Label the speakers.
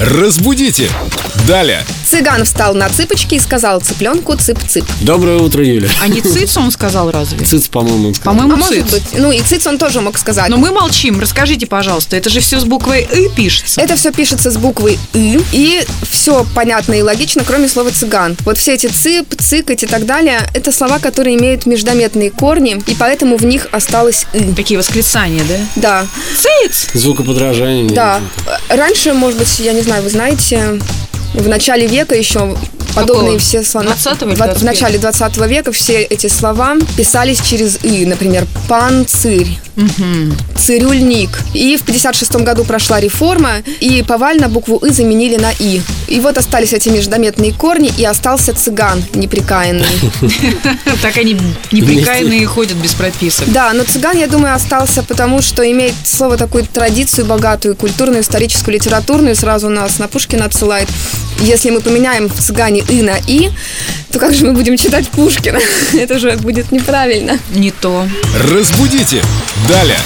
Speaker 1: Разбудите! Далее!
Speaker 2: Цыган встал на цыпочки и сказал цыпленку цып-цып.
Speaker 3: Доброе утро, Юля.
Speaker 4: А не циц он сказал разве?
Speaker 3: Цыц, по-моему, он сказал.
Speaker 4: По-моему,
Speaker 2: а может
Speaker 4: циц.
Speaker 2: быть, ну и циц он тоже мог сказать.
Speaker 4: Но мы молчим. Расскажите, пожалуйста, это же все с буквой «ы» пишется.
Speaker 2: Это все пишется с буквой «ы», и все понятно и логично, кроме слова «цыган». Вот все эти «цып», «цыкать» и так далее – это слова, которые имеют междометные корни, и поэтому в них осталось «ы».
Speaker 4: Такие восклицания, да?
Speaker 2: Да,
Speaker 4: Циц!
Speaker 3: Звукоподражание.
Speaker 2: да. Раньше, может быть, я не знаю, вы знаете, в начале века еще подобные
Speaker 4: Какого?
Speaker 2: все слова...
Speaker 4: 20-го или
Speaker 2: Во- В
Speaker 4: 21-го?
Speaker 2: начале 20 века все эти слова писались через «ы», например, «панцирь». цирюльник. И в 56 году прошла реформа, и повально букву «ы» заменили на «и». И вот остались эти междометные корни, и остался цыган неприкаянный.
Speaker 4: Так они неприкаянные ходят без прописок.
Speaker 2: Да, но цыган, я думаю, остался потому, что имеет слово такую традицию богатую, культурную, историческую, литературную, сразу нас на Пушкина отсылает. Если мы поменяем в цыгане «ы» на «и», то как же мы будем читать Пушкина? Это же будет неправильно.
Speaker 4: Не то.
Speaker 1: Разбудите! Далее!